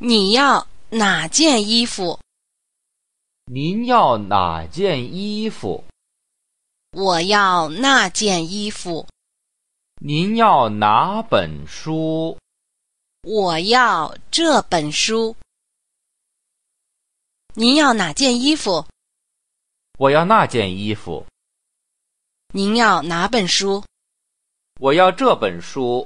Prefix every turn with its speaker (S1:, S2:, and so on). S1: 你要哪件衣服？
S2: 您要哪件衣服？
S1: 我要那件衣服。
S2: 您要哪本书？
S1: 我要这本书。您要哪件衣服？
S2: 我要那件衣服。
S1: 您要哪本书？
S2: 我要这本书。